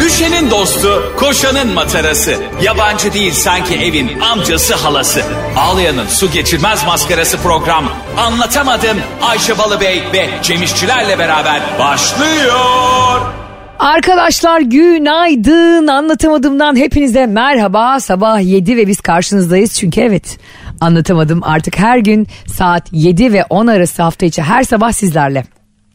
Düşenin dostu, koşanın matarası. Yabancı değil sanki evin amcası halası. Ağlayanın su geçirmez maskarası program. Anlatamadım Ayşe Balıbey ve Cemişçilerle beraber başlıyor. Arkadaşlar günaydın. Anlatamadığımdan hepinize merhaba. Sabah 7 ve biz karşınızdayız. Çünkü evet anlatamadım artık her gün saat 7 ve 10 arası hafta içi her sabah sizlerle.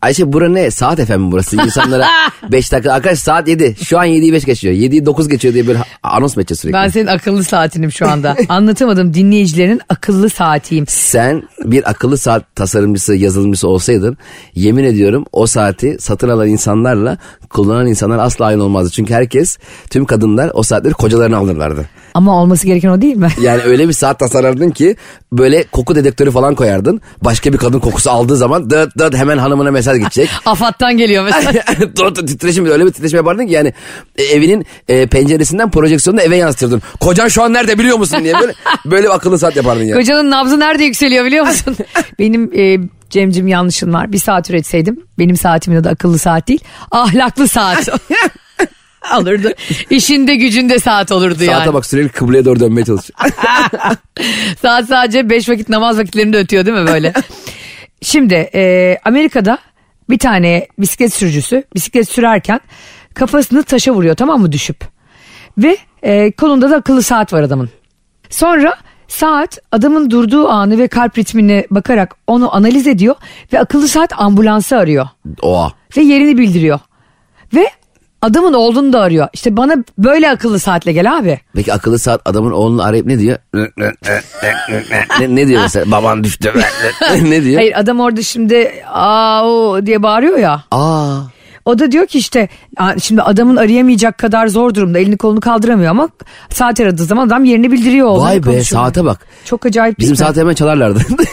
Ayşe bura ne? Saat efendim burası. İnsanlara 5 dakika. Arkadaş saat 7. Şu an 7'yi 5 geçiyor. 7'yi 9 geçiyor diye böyle anons mu edeceğiz sürekli? Ben senin akıllı saatinim şu anda. Anlatamadım dinleyicilerin akıllı saatiyim. Sen bir akıllı saat tasarımcısı, yazılımcısı olsaydın yemin ediyorum o saati satın alan insanlarla kullanan insanlar asla aynı olmazdı. Çünkü herkes, tüm kadınlar o saatleri kocalarına alırlardı. Ama olması gereken o değil mi? Yani öyle bir saat tasarlardın ki böyle koku dedektörü falan koyardın. Başka bir kadın kokusu aldığı zaman dıt dıt hemen hanımına mesaj gidecek. Afat'tan geliyor mesela. Doğru titreşim öyle bir titreşim yapardın ki yani e, evinin e, penceresinden projeksiyonunu eve yansıtırdın. Kocan şu an nerede biliyor musun diye böyle böyle bir akıllı saat yapardın yani. Kocanın nabzı nerede yükseliyor biliyor musun? Benim e, Cemcim yanlışın var. Bir saat üretseydim benim saatimin adı akıllı saat değil. Ahlaklı saat. olurdu. İşinde gücünde saat olurdu yani. Saate bak sürekli kıbleye doğru dönmeye çalışıyor. Saat sadece 5 vakit namaz vakitlerinde ötüyor değil mi böyle? Şimdi e, Amerika'da bir tane bisiklet sürücüsü bisiklet sürerken kafasını taşa vuruyor tamam mı düşüp. Ve e, kolunda da akıllı saat var adamın. Sonra saat adamın durduğu anı ve kalp ritmine bakarak onu analiz ediyor ve akıllı saat ambulansı arıyor Oha. ve yerini bildiriyor. Ve adamın oğlunu da arıyor. İşte bana böyle akıllı saatle gel abi. Peki akıllı saat adamın oğlunu arayıp ne diyor? ne, ne diyor mesela? Baban düştü. ne diyor? Hayır adam orada şimdi aa o" diye bağırıyor ya. Aa. O da diyor ki işte "Aa, şimdi adamın arayamayacak kadar zor durumda elini kolunu kaldıramıyor ama saat aradığı zaman adam yerini bildiriyor. oğlunu Vay be konuşuyor. saate bak. Çok acayip şey. Bizim değil mi? saate hemen çalarlardı.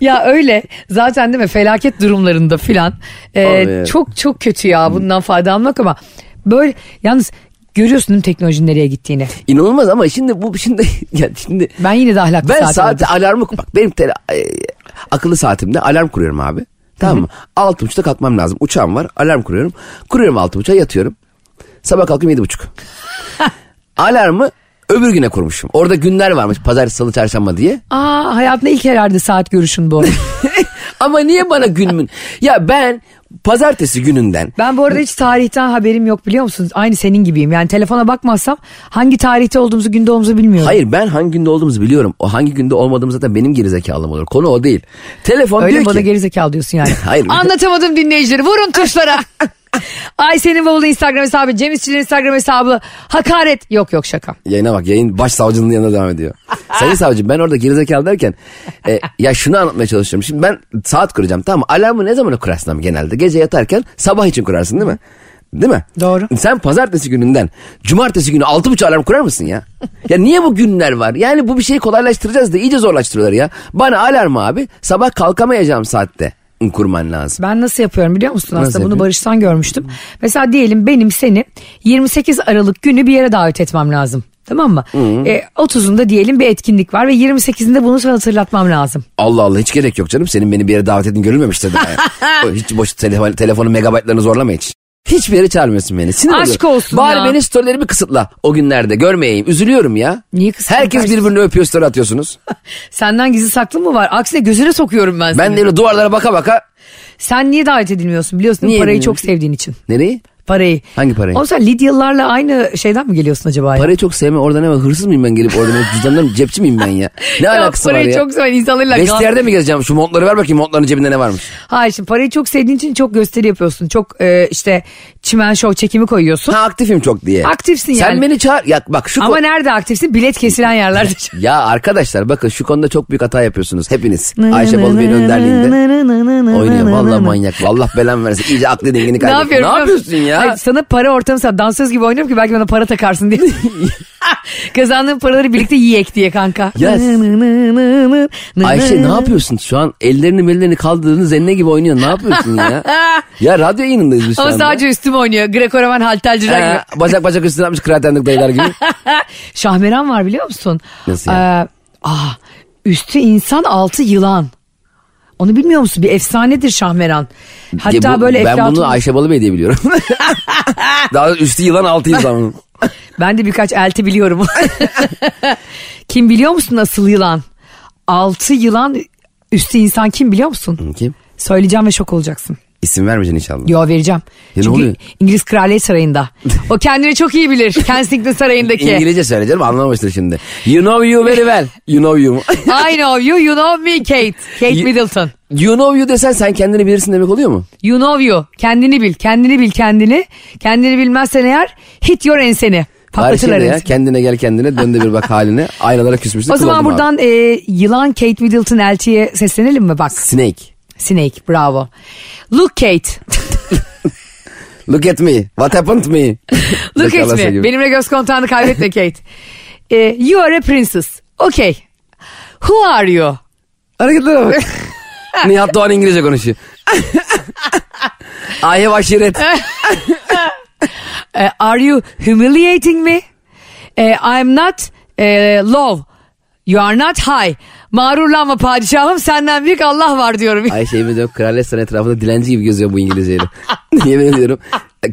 Ya öyle zaten değil mi felaket durumlarında filan Ee, Abi ya. çok çok kötü ya bundan fayda almak ama böyle yalnız görüyorsun değil mi teknolojinin nereye gittiğini. İnanılmaz ama şimdi bu şimdi ya şimdi Ben yine de ahlaklı Ben saat saate alırdım. alarmı bak benim tele, e, akıllı saatimde alarm kuruyorum abi. Tamam mı? Altı buçukta kalkmam lazım. Uçağım var. Alarm kuruyorum. Kuruyorum altı buçuğa yatıyorum. Sabah kalkayım yedi buçuk. Alarmı öbür güne kurmuşum. Orada günler varmış. Pazar, salı, çarşamba diye. Aa hayatında ilk herhalde saat görüşün bu. Ama niye bana günümün? Ya ben pazartesi gününden Ben bu arada hiç tarihten haberim yok biliyor musunuz? Aynı senin gibiyim. Yani telefona bakmazsam hangi tarihte olduğumuzu, günde olduğumuzu bilmiyorum. Hayır ben hangi günde olduğumuzu biliyorum. O hangi günde olmadığımı zaten benim gerizekalım olur. Konu o değil. Telefon Öyle diyor mi bana ki. gerizekalı diyorsun yani. Hayır. Anlatamadım dinleyicileri. Vurun tuşlara. Ayşe'nin bavulu Instagram hesabı, Cem İşçilerin Instagram hesabı. Hakaret. Yok yok şaka. Yayına bak yayın başsavcının yanına devam ediyor. Sayın savcı ben orada gerizekalı derken e, ya şunu anlatmaya çalışıyorum. Şimdi ben saat kuracağım tamam mı? Alarmı ne zaman kurarsın abi genelde? Gece yatarken sabah için kurarsın değil mi? Değil mi? Doğru. Sen pazartesi gününden cumartesi günü altı buçuk alarm kurar mısın ya? ya niye bu günler var? Yani bu bir şeyi kolaylaştıracağız da iyice zorlaştırıyorlar ya. Bana alarmı abi sabah kalkamayacağım saatte kurman lazım. Ben nasıl yapıyorum biliyor musun? Aslında Nasıl bunu yapıyorsun? Barış'tan görmüştüm. Mesela diyelim benim seni 28 Aralık günü bir yere davet etmem lazım. Tamam mı? E, 30'unda diyelim bir etkinlik var ve 28'inde bunu sana hatırlatmam lazım. Allah Allah hiç gerek yok canım. Senin beni bir yere davet edin görülmemiştir daha. O hiç boş telefon, telefonun megabaytlarını zorlama hiç. Hiçbir yere çağırmıyorsun beni. Sinir Aşk oluyorum. olsun Bari ya. beni storylerimi kısıtla o günlerde görmeyeyim. Üzülüyorum ya. Niye kısıtlı Herkes dersin? birbirini öpüyor story atıyorsunuz. Senden gizli saklı mı var? Aksine gözüne sokuyorum ben seni. Ben de öyle duvarlara baka baka. Sen niye davet edilmiyorsun biliyorsun Niye parayı çok edilmiyorum? sevdiğin için. Nereyi? Parayı. Hangi parayı? Oğlum sen Lidyalılarla aynı şeyden mi geliyorsun acaba? ya? Parayı çok sevme orada ne var hırsız mıyım ben gelip orada ne- cüzdanlarım cepçi miyim ben ya? Ne Yok, alakası var parayı ya? çok seven insanlarla gaz- Vestiyerde mi gezeceğim şu montları ver bakayım montların cebinde ne varmış? Hayır şimdi parayı çok sevdiğin için çok gösteri yapıyorsun. Çok e, işte çimen şov çekimi koyuyorsun. Ha aktifim çok diye. Aktifsin yani. Sen beni çağır. Ya bak şu Ama ko- nerede aktifsin? Bilet kesilen yerlerde. Ya arkadaşlar bakın şu konuda çok büyük hata yapıyorsunuz hepiniz. Ayşe Balıbey'in önderliğinde. Oynuyor vallahi manyak. Vallahi belen versin. İyice aklı dengini Ne kaybettin. yapıyorum? biliyor musun? yapıyorsun ya? Hayır, sana para ortamı sana dansöz gibi oynuyorum ki belki bana para takarsın diye. Kazandığın paraları birlikte yiyek diye kanka. Yes. Ayşe ne yapıyorsun şu an? Ellerini bellerini kaldırdığını zenne gibi oynuyorsun. Ne yapıyorsun ya? ya radyo yayınındayız biz şu Ama anda. sadece üstüm oynuyor. Greco-Roman halterciler gibi. Ee, bacak bacak üstüne atmış kıraathanlık dayılar gibi. Şahmeran var biliyor musun? Nasıl Ee, aa, üstü insan altı yılan. Onu bilmiyor musun? Bir efsanedir Şahmeran. Hatta Ya bu- böyle Ben Eflatun- bunu Ayşe Balıbey diye biliyorum. Daha üstü yılan altı yılan. Ben de birkaç elti biliyorum. kim biliyor musun asıl yılan? Altı yılan üstü insan kim biliyor musun? Kim? Söyleyeceğim ve şok olacaksın. İsim vermeyeceksin inşallah. Yo vereceğim. Ya ne Çünkü oluyor? İngiliz Kraliyet Sarayı'nda. O kendini çok iyi bilir. Kensington Sarayı'ndaki. İngilizce söyleyeceğim anlamamıştır şimdi. You know you very well. You know you. I know you, you know me Kate. Kate Y- Middleton. you know you desen sen kendini bilirsin demek oluyor mu? You know you. Kendini bil, kendini bil kendini. Kendini bilmezsen eğer hit your enseni. Bari şey Patlatırlar de ya, enseni. kendine gel kendine dön de bir bak haline. Aynalara küsmüşsün. O zaman kullandım abi. buradan e, yılan Kate Middleton elçiye seslenelim mi bak? Snake. Snake bravo. Look Kate. Look at me. What happened to me? Look at Zekalasa me. gibi. Benimle göz kontağını kaybetme Kate. E, you are a princess. Okay. Who are you? Hareketlere bak. Nihat Doğan İngilizce konuşuyor. I have aşiret. E, are you humiliating me? E, I'm not e, low. You are not high. Mağrurlanma padişahım senden büyük Allah var diyorum. Ay şeyimiz yok. Kraliyet sarayı etrafında dilenci gibi geziyor bu İngilizceyle. Yemin ediyorum.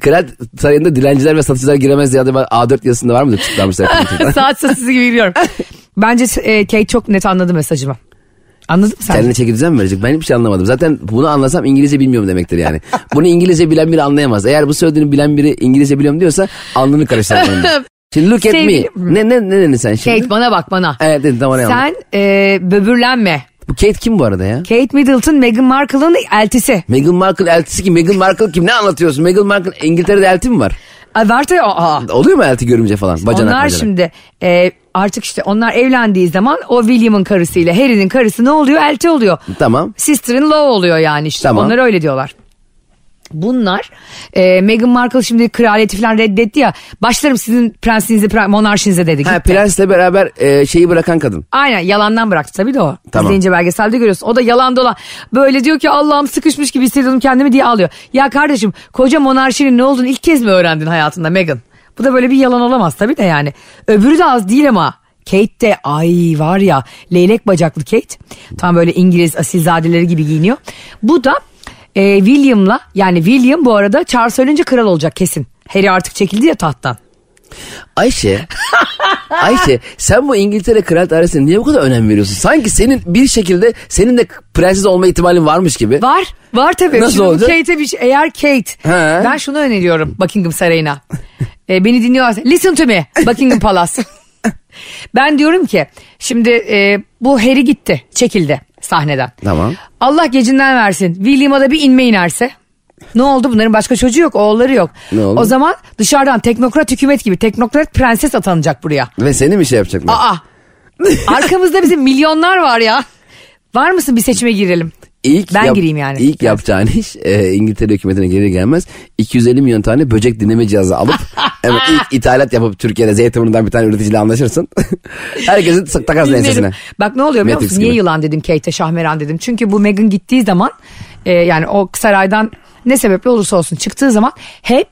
Kral sarayında dilenciler ve satıcılar giremez diye acaba A4 yazısında var mıdır? Çıklanmışlar. Saat sesi gibi biliyorum. Bence e, Kate çok net anladı mesajımı. Anladın mı sen? Kendine çeki düzen mi verecek? Ben hiçbir şey anlamadım. Zaten bunu anlasam İngilizce bilmiyorum demektir yani. Bunu İngilizce bilen biri anlayamaz. Eğer bu söylediğini bilen biri İngilizce biliyorum diyorsa alnını karıştırmalıdır. Şimdi look at Sevgili- me. Ne, ne, ne dedin sen şimdi? Kate bana bak bana. Evet dedim tamam ne anladım. Sen e, böbürlenme. Bu Kate kim bu arada ya? Kate Middleton Meghan Markle'ın eltisi. Meghan Markle eltisi kim? Meghan Markle kim? Ne anlatıyorsun? Meghan Markle İngiltere'de elti mi var? Ay, var tabii, aa. Oluyor mu elti görümce falan? Bacanak Ah. onlar bacanak. şimdi e, artık işte onlar evlendiği zaman o William'ın karısıyla Harry'nin karısı ne oluyor? Elti oluyor. Tamam. Sister in law oluyor yani işte. Tamam. Onlar öyle diyorlar. Bunlar e, Meghan Markle şimdi kraliyeti falan reddetti ya. Başlarım sizin prensinize, pre- monarşinize dedi. Ha, Gitti. prensle beraber e, şeyi bırakan kadın. Aynen yalandan bıraktı tabii de o. Tamam. İzleyince belgeselde görüyorsun. O da yalan dolan. Böyle diyor ki Allah'ım sıkışmış gibi hissediyorum kendimi diye ağlıyor. Ya kardeşim koca monarşinin ne olduğunu ilk kez mi öğrendin hayatında Meghan? Bu da böyle bir yalan olamaz tabii de yani. Öbürü de az değil ama. Kate de ay var ya leylek bacaklı Kate. Tam böyle İngiliz asilzadeleri gibi giyiniyor. Bu da e, William'la yani William bu arada Charles ölünce kral olacak kesin. Harry artık çekildi ya tahttan. Ayşe. Ayşe sen bu İngiltere kral ailesine niye bu kadar önem veriyorsun? Sanki senin bir şekilde senin de prenses olma ihtimalin varmış gibi. Var. Var tabii. Nasıl Şimdi bu olacak? Kate'e bir şey- Eğer Kate. He. Ben şunu öneriyorum Buckingham Sarayı'na. E, beni dinliyorsa. Listen to me. Buckingham Palace. ben diyorum ki şimdi e, bu Harry gitti. Çekildi sahneden. Tamam. Allah gecinden versin. William'a da bir inme inerse. Ne oldu? Bunların başka çocuğu yok. Oğulları yok. Ne oldu? O zaman dışarıdan teknokrat hükümet gibi teknokrat prenses atanacak buraya. Ve seni mi şey yapacaklar? Aa. Arkamızda bizim milyonlar var ya. Var mısın bir seçime girelim? İlk ben yap- gireyim yani. İlk Evet. yapacağın iş e, İngiltere hükümetine geri gelmez 250 milyon tane böcek dinleme cihazı alıp evet, ilk ithalat yapıp Türkiye'de Zeytinburnu'ndan bir tane üreticiyle anlaşırsın. Herkesin sak- takas Dinlerim. ensesine. Bak ne oluyor biliyor Matrix musun? Niye gibi. yılan dedim Kate'e Şahmeran dedim. Çünkü bu Meghan gittiği zaman e, yani o saraydan ne sebeple olursa olsun çıktığı zaman hep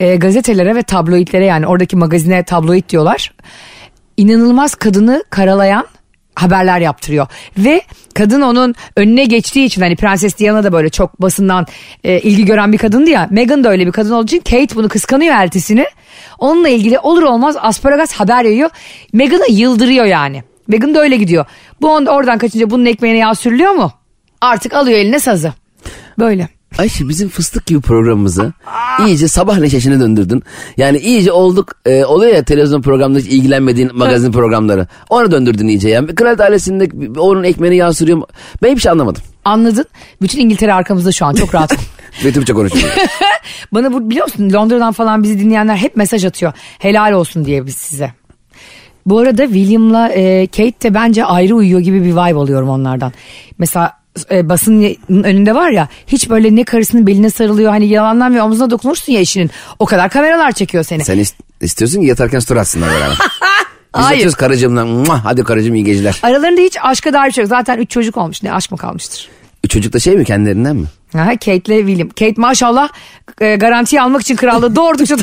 e, gazetelere ve tabloidlere yani oradaki magazine tabloid diyorlar. İnanılmaz kadını karalayan haberler yaptırıyor. Ve kadın onun önüne geçtiği için hani Prenses Diana da böyle çok basından e, ilgi gören bir kadındı ya. Meghan da öyle bir kadın olduğu için Kate bunu kıskanıyor eltisini. Onunla ilgili olur olmaz asparagas haber yayıyor. Meghan'ı yıldırıyor yani. Meghan da öyle gidiyor. Bu on, oradan kaçınca bunun ekmeğine yağ sürülüyor mu? Artık alıyor eline sazı. Böyle. Ayşe bizim fıstık gibi programımızı iyice sabah neşesine döndürdün. Yani iyice olduk e, oluyor ya televizyon programında hiç ilgilenmediğin magazin programları. Ona döndürdün iyice yani. Kraliyet ailesinde onun ekmeğini yağ sürüyor. mu? Ben hiçbir şey anlamadım. Anladın? Bütün İngiltere arkamızda şu an çok rahat. Ve Türkçe konuşuyorum. Bana bu biliyor musun Londra'dan falan bizi dinleyenler hep mesaj atıyor. Helal olsun diye biz size. Bu arada William'la e, Kate de bence ayrı uyuyor gibi bir vibe alıyorum onlardan. Mesela e, basının önünde var ya hiç böyle ne karısının beline sarılıyor hani yalandan ve omzuna dokunursun ya eşinin. O kadar kameralar çekiyor seni. Sen ist- istiyorsun ki yatarken story atsınlar beraber. Biz Hayır. atıyoruz karıcığımdan. "Muah, Hadi karıcığım iyi geceler. Aralarında hiç aşka dair bir şey yok. Zaten üç çocuk olmuş. Ne aşk mı kalmıştır? Çocuk da şey mi kendilerinden mi? Aha, Kate'le William. Kate maşallah e, garantiye almak için krallığı doğurdukça...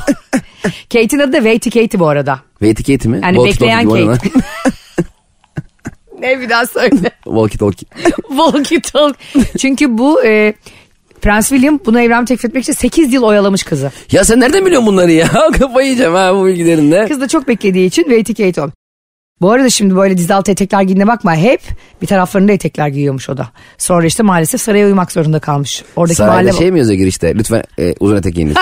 Kate'in adı da Waity Kate'i bu arada. Ve etiketi mi? Yani Bolt, bolt bekleyen gibi Kate. oynanan. ne bir daha söyle. Walkie talkie. Walkie talk. Çünkü bu e, Prens William bunu evlenme teklif etmek için 8 yıl oyalamış kızı. Ya sen nereden biliyorsun bunları ya? Kafayı yiyeceğim ha bu bilgilerinle. Kız da çok beklediği için waiting eight olmuş. Bu arada şimdi böyle dizi altı etekler giydiğine bakma. Hep bir taraflarında etekler giyiyormuş o da. Sonra işte maalesef saraya uyumak zorunda kalmış. Oradaki mahalle Sarayda şey mi yazıyor girişte? Lütfen e, uzun etek giyiniz.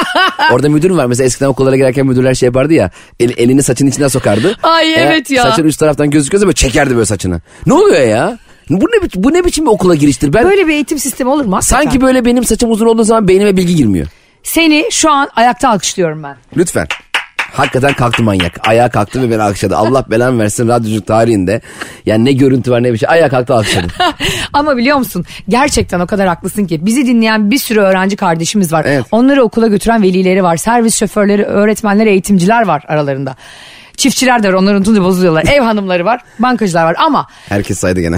Orada müdür var. Mesela eskiden okullara girerken müdürler şey yapardı ya. el- elini saçın içine sokardı. E, Ay, evet ya. Saçın üst taraftan gözüküyorsa böyle çekerdi böyle saçını. Ne oluyor ya? Bu ne, bi- bu ne biçim bir okula giriştir? Ben Böyle bir eğitim sistemi olur mu? hakikaten? sanki böyle benim saçım uzun olduğu zaman beynime bilgi girmiyor. Seni şu an ayakta alkışlıyorum ben. Lütfen. Hakikaten kalktı manyak. Ayağa kalktı ve beni alkışladı. Allah belanı versin radyoculuk tarihinde. Yani ne görüntü var ne bir şey. Ayağa kalktı alkışladı. Ama biliyor musun gerçekten o kadar haklısın ki bizi dinleyen bir sürü öğrenci kardeşimiz var. Evet. Onları okula götüren velileri var. Servis şoförleri, öğretmenler, eğitimciler var aralarında. Çiftçiler de var onları unutunca bozuluyorlar. Ev hanımları var, bankacılar var ama Herkes saydı gene.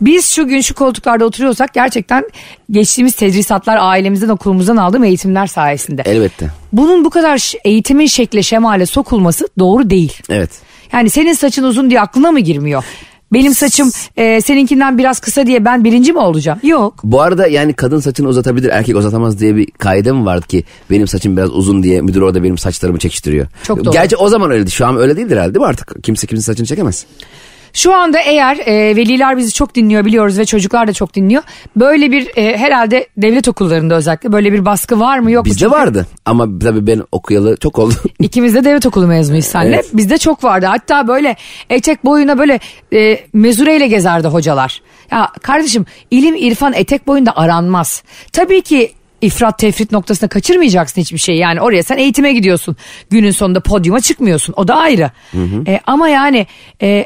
biz şu gün şu koltuklarda oturuyorsak gerçekten geçtiğimiz tedrisatlar ailemizden okulumuzdan aldığım eğitimler sayesinde. Elbette. Bunun bu kadar ş- eğitimin şekle şemale sokulması doğru değil. Evet. Yani senin saçın uzun diye aklına mı girmiyor? Benim saçım e, seninkinden biraz kısa diye ben birinci mi olacağım? Yok. Bu arada yani kadın saçını uzatabilir erkek uzatamaz diye bir kaide mi vardı ki benim saçım biraz uzun diye müdür orada benim saçlarımı çekiştiriyor. Çok doğru. Gerçi o zaman öyleydi şu an öyle değildir herhalde değil mi artık kimse kimsenin saçını çekemez. Şu anda eğer e, veliler bizi çok dinliyor biliyoruz ve çocuklar da çok dinliyor. Böyle bir e, herhalde devlet okullarında özellikle böyle bir şey- baskı var mı yok mu? Bizde vardı ama tabii ben okuyalı çok oldu. İkimiz de devlet okulu mezunuyuz senle. Evet. Bizde çok vardı. Hatta böyle etek boyuna böyle e, mezureyle gezerdi hocalar. Ya kardeşim ilim irfan etek boyunda aranmaz. Tabii ki ifrat tefrit noktasına kaçırmayacaksın hiçbir şey. Yani oraya sen eğitime gidiyorsun. Günün sonunda podyuma çıkmıyorsun. O da ayrı. E, ama yani e,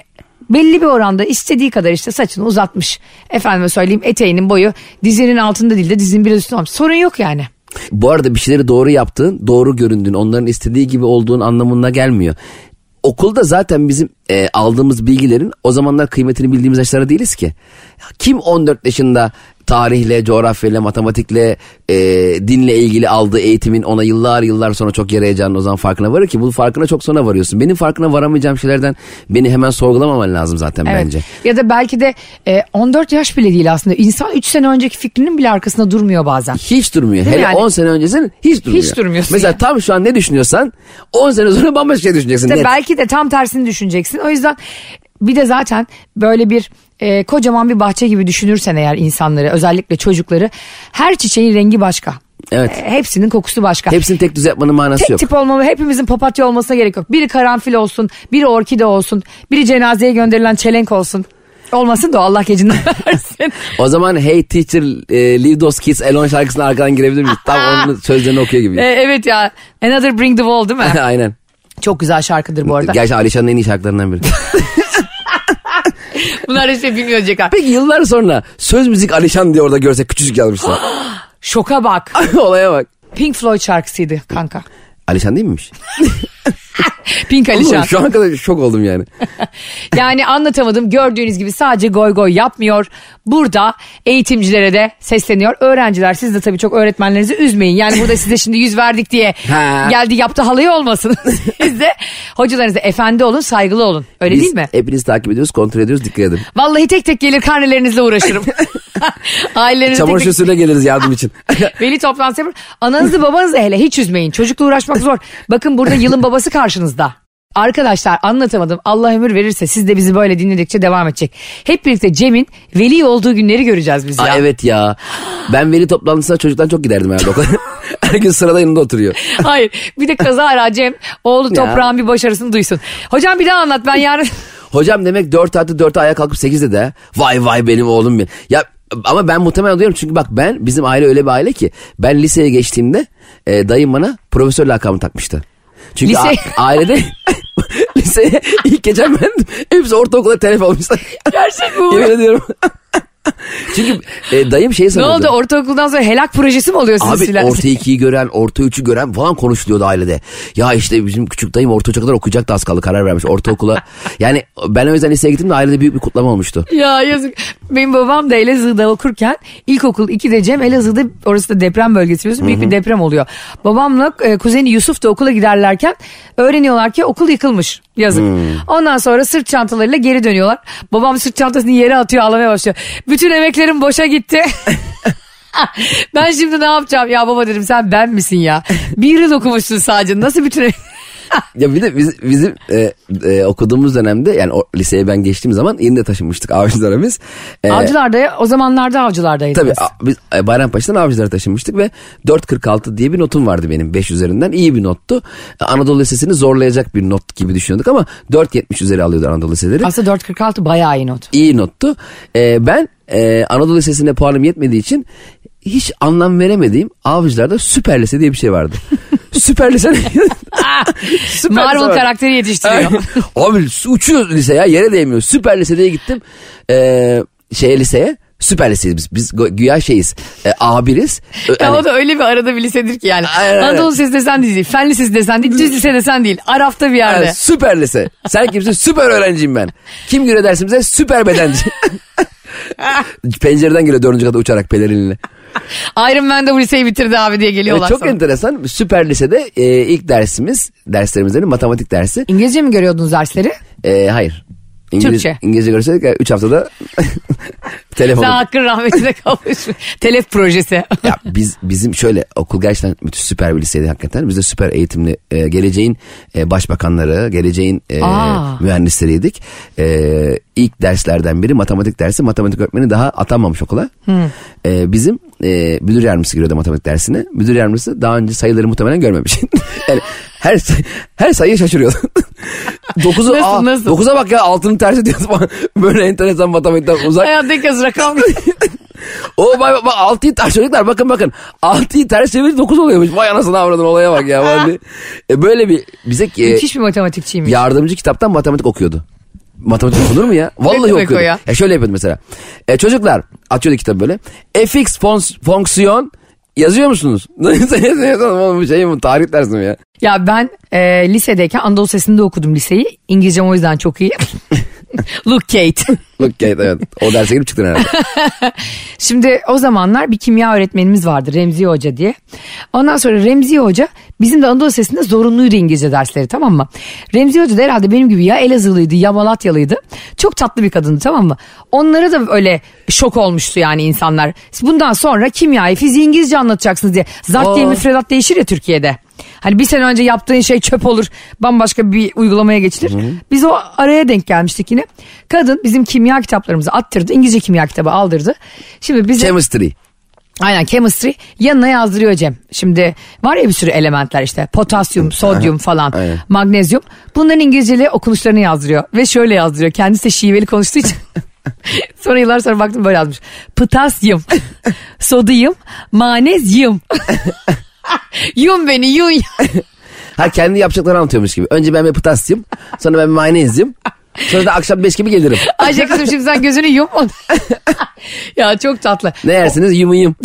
belli bir oranda istediği kadar işte saçını uzatmış. Efendime söyleyeyim eteğinin boyu dizinin altında değil de dizinin biraz üstünde olmuş. Sorun yok yani. Bu arada bir şeyleri doğru yaptığın, doğru göründüğün, onların istediği gibi olduğun anlamına gelmiyor. Okulda zaten bizim e, aldığımız bilgilerin o zamanlar kıymetini bildiğimiz yaşlara değiliz ki. Kim 14 yaşında tarihle, coğrafyayla, matematikle, e, dinle ilgili aldığı eğitimin ona yıllar yıllar sonra çok yarayacağını o zaman farkına varır ki bu farkına çok sonra varıyorsun. Benim farkına varamayacağım şeylerden beni hemen sorgulamaman lazım zaten Evet. bence. Ya da belki de e, 14 yaş bile değil aslında. İnsan 3 sene önceki fikrinin bile arkasında durmuyor bazen. Hiç durmuyor. Hele yani? 10 sene öncesin hiç durmuyor. durmuyorsun Mesela yani. tam şu an ne düşünüyorsan 10 sene sonra bambaşka şey düşüneceksin. İşte net. belki de tam tersini düşüneceksin. O yüzden bir de zaten böyle bir e, kocaman bir bahçe gibi düşünürsen eğer insanları özellikle çocukları her çiçeğin rengi başka. Evet. E, hepsinin kokusu başka. Hepsini tek düz yapmanın manası Tek yok. tip olmalı hepimizin papatya olmasına gerek yok. Biri karanfil olsun, biri orkide olsun, biri cenazeye gönderilen çelenk olsun. Olmasın da o Allah gecinden versin. O zaman Hey Teacher e, Leave Those Kids Alone şarkısına arkadan girebilir miyiz? Tam onun sözlerini okuyor E, gibi. evet ya. Another Bring the Wall değil mi? Aynen. Çok güzel şarkıdır bu arada. Gerçi Alişan'ın en iyi şarkılarından biri. Bunlar işte bilmiyor Cekar. Peki yıllar sonra söz müzik Alişan diye orada görsek küçücük yazmışlar. Şoka bak. Olaya bak. Pink Floyd şarkısıydı kanka. Alişan değil miymiş? Pink Alişan. Oğlum, Şu an kadar şok oldum yani. Yani anlatamadım. Gördüğünüz gibi sadece goy goy yapmıyor. Burada eğitimcilere de sesleniyor. Öğrenciler siz de tabii çok öğretmenlerinizi üzmeyin. Yani burada size şimdi yüz verdik diye Ha. geldi yaptı halayı olmasın. siz de hocalarınıza efendi olun saygılı olun. Öyle Biz değil mi? hepiniz takip ediyoruz, kontrol ediyoruz, dikkat edin. Vallahi tek tek gelir karnelerinizle uğraşırım. Ailelerinizi tek Çamaşır tek suyuna geliriz yardım için. Veli toplantısı yapın. Ananızı babanızı hele hiç üzmeyin. Çocukla uğraşmak zor. Bakın burada yılın babası karşınızda. Arkadaşlar anlatamadım. Allah ömür verirse siz de bizi böyle dinledikçe devam edecek. Hep birlikte Cem'in veli olduğu günleri göreceğiz biz ya. Aa, evet ya. Ben veli toplantısına çocuktan çok giderdim herhalde. o kadar. Her gün sırada yanında oturuyor. Hayır. Bir de kazara Cem oğlu Ya. toprağın bir başarısını duysun. Hocam bir daha anlat ben yarın. Hocam demek 4 artı 4'e ayağa kalkıp 8'de de vay vay benim oğlum benim. Ya ama ben muhtemelen diyorum çünkü bak ben bizim aile öyle bir aile ki ben liseye geçtiğimde e, dayım bana profesör lakabını takmıştı. Çünkü Lise- a- ailede liseye ilk geçen ben hepsi ortaokulda telef almışlar. Gerçek bu. Yemin ediyorum. Çünkü e, dayım şey Ne sanıyordu. oldu ortaokuldan sonra helak projesi mi oluyor sizin Abi silah? orta ikiyi gören, orta üçü gören falan konuşuluyordu ailede. Ya işte bizim küçük dayım orta üçe kadar okuyacaktı az kaldı karar vermiş ortaokula. yani ben o yüzden liseye gittim de ailede büyük bir kutlama olmuştu. Ya yazık. Benim babam da Elazığ'da okurken ilkokul 2'de Cem Elazığ'da orası da deprem bölgesi biliyorsun büyük bir deprem oluyor. Babamla e, kuzeni Yusuf da okula giderlerken öğreniyorlar ki okul yıkılmış yazık. Ondan sonra sırt çantalarıyla geri dönüyorlar. Babam sırt çantasını yere atıyor ağlamaya başlıyor. Bütün emeklerim boşa gitti. ben şimdi ne yapacağım ya baba dedim sen ben misin ya? Bir yıl okumuştun sadece nasıl bütün em- Ya bir de biz, bizim e, e, okuduğumuz dönemde yani o, liseye ben geçtiğim zaman yeni de taşınmıştık avcılara biz. E, Avcılarda o zamanlarda avcılardaydınız. Tabii a- biz e, Bayrampaşa'dan Avcılar'a taşınmıştık ve 4.46 diye bir notum vardı benim 5 üzerinden. iyi bir nottu. E, Anadolu Lisesi'ni zorlayacak bir not gibi düşünüyorduk ama 4.70 üzeri alıyordu Anadolu Liseleri. Aslında 4.46 bayağı iyi not. iyi nottu. Ee, ben e, Anadolu Lisesi'ne puanım yetmediği için hiç anlam veremediğim Avcılar'da Süper Lise diye bir şey vardı. Süper Lise Süper Marvel lise var. karakteri yetiştiriyor. Abi su- uçuyor lise ya yere değmiyor. Süper Lise diye gittim ee, şeye liseye. Süper liseyiz biz. Biz gö- güya şeyiz. E, A1'iz. Ö- Ya hani- o da öyle bir arada bir lisedir ki yani. Aynen, aynen. Anadolu Lisesi desen değil, Fen Lisesi desen değil, Düz Lise desen değil. Arafta bir yerde. Yani süper lise. Sen kimsin? Süper öğrenciyim ben. Kim göre dersimize? Süper bedenci. Pencereden giriyor dördüncü kata uçarak pelerinle. Iron Man de bu liseyi bitirdi abi diye geliyorlar Evet, E, çok sana. enteresan. Süper lisede e, ilk dersimiz, derslerimizden matematik dersi. İngilizce mi görüyordunuz dersleri? E, hayır. İngiliz, Türkçe. İngilizce görseydik 3 haftada telefon. Sen hakkın rahmetine kavuşmuş. Telef projesi. Ya biz bizim şöyle okul gerçekten müthiş süper bir liseydi hakikaten. Biz de süper eğitimli e, geleceğin e, başbakanları, geleceğin e, Aa. mühendisleriydik. E, ilk derslerden biri matematik dersi. Matematik öğretmeni daha atanmamış okula. E, bizim e, müdür yardımcısı giriyordu matematik dersine. Müdür yardımcısı daha önce sayıları muhtemelen görmemiş. yani her say- her sayıya şaşırıyordu. 9'u Nasıl, aa, nasıl? 9'a bak ya altının tersi diyordu falan. Böyle enteresan matematikten uzak. Hayattaki az rakam. O bay bak 6'yı ters çocuklar bakın bakın. 6'yı ters çevirince 9 oluyormuş. Vay anasını avradın olaya bak ya. Vallahi. E böyle bir bize e, Müthiş bir matematikçiymiş. yardımcı kitaptan matematik okuyordu. Matematik okunur mu ya? Vallahi demek o okuyordu. ya? Ya? şöyle yapıyordu mesela. E, çocuklar atıyordu kitabı böyle. Fx fons- fonksiyon yazıyor musunuz? Oğlum bu şey mi? Tarih dersi mi ya? Ya ben e, lisedeyken Anadolu Sesi'nde okudum liseyi. İngilizcem o yüzden çok iyi. Look Kate. Look, evet, evet. O derse girip çıktın herhalde. Şimdi o zamanlar bir kimya öğretmenimiz vardı Remzi Hoca diye. Ondan sonra Remzi Hoca bizim de Anadolu Sesi'nde zorunluydu İngilizce dersleri tamam mı? Remzi Hoca da herhalde benim gibi ya Elazığlıydı ya Malatyalıydı. Çok tatlı bir kadındı tamam mı? Onlara da öyle şok olmuştu yani insanlar. Bundan sonra kimyayı fiziği İngilizce anlatacaksınız diye. Zart diye Aa. müfredat değişir ya Türkiye'de. Hani bir sene önce yaptığın şey çöp olur bambaşka bir uygulamaya geçilir. Biz o araya denk gelmiştik yine. Kadın bizim kimya kitaplarımızı attırdı. İngilizce kimya kitabı aldırdı. Şimdi bize Chemistry. aynen chemistry yanına yazdırıyor Cem. Şimdi var ya bir sürü elementler işte potasyum, sodyum falan, Aynen. magnezyum. Bunların İngilizceli okunuşlarını yazdırıyor ve şöyle yazdırıyor. Kendisi de şiveli konuştuğu için. sonra yıllar sonra baktım böyle yazmış. Potasyum, sodyum, magnezyum. yum beni yum. Ha kendi yapacaklarını anlatıyormuş gibi. Önce ben bir potasyum. Sonra ben bir mayonezim. Sonra da akşam 5 gibi gelirim. Ayşe kızım şimdi sen gözünü yum. ya çok tatlı. Ne yersiniz? Yum yum.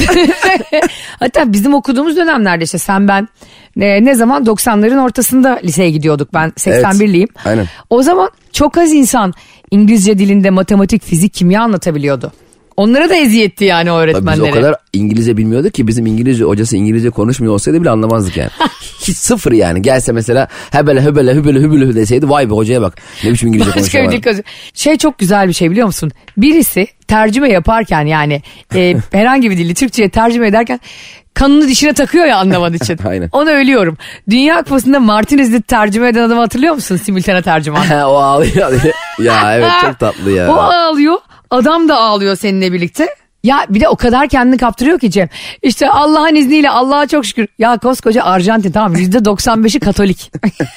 Hatta bizim okuduğumuz dönemlerde işte sen ben e, ne, ne zaman 90'ların ortasında liseye gidiyorduk ben 81'liyim. Evet, aynen. O zaman çok az insan İngilizce dilinde matematik, fizik, kimya anlatabiliyordu. Onlara da eziyetti yani o Tabii Biz öğretmenlere. o kadar İngilizce bilmiyorduk ki bizim İngilizce hocası İngilizce konuşmuyor olsaydı bile anlamazdık yani. Hiç sıfır yani. Gelse mesela hebele hebele hübele hübülü deseydi vay be hocaya bak. Ne biçim İngilizce Başka konuşuyor. bir bana. dil kazı- Şey çok güzel bir şey biliyor musun? Birisi tercüme yaparken yani e, herhangi bir dili Türkçe'ye tercüme ederken kanını dişine takıyor ya anlamadığı için. Aynen. Ona ölüyorum. Dünya Kupası'nda Martinez'li tercüme eden adamı hatırlıyor musun? Simultane tercüman. Ha, o ağlıyor. ya evet çok tatlı ya. Ee, O ağlıyor. Adam da ağlıyor seninle birlikte. Ya bir de o kadar kendini kaptırıyor ki Cem. İşte Allah'ın izniyle Allah'a çok şükür. Ya koskoca Arjantin tamam yüzde 95'i Katolik.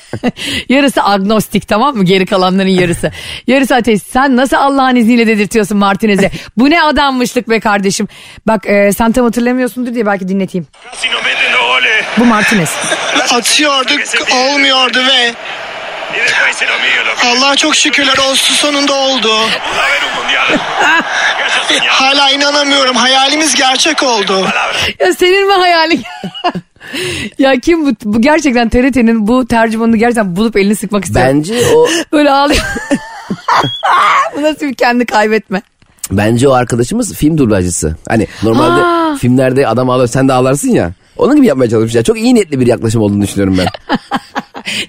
yarısı agnostik tamam mı? Geri kalanların yarısı. Yarısı ateist. Sen nasıl Allah'ın izniyle dedirtiyorsun Martinez'e? Bu ne adammışlık be kardeşim. Bak e, sen tam hatırlamıyorsundur diye belki dinleteyim. Casino mete no goles. Bu Martinez. atıyordu olmuyordu ve Allah'a çok şükürler olsun sonunda oldu. Hala inanamıyorum. Hayalimiz gerçek oldu. Ya senin mi hayalin? ya kim bu, bu gerçekten TRT'nin bu tercümanını gerçekten bulup elini sıkmak istiyorum. Bence o Böyle ağlıyor. bu nasıl bir kendi kaybetme. bence o arkadaşımız film dublajcısı. Hani normalde Aa. filmlerde adam ağlar sen de ağlarsın ya. Onun gibi yapmaya çalışmış ya. Çok iyi niyetli bir yaklaşım olduğunu düşünüyorum ben.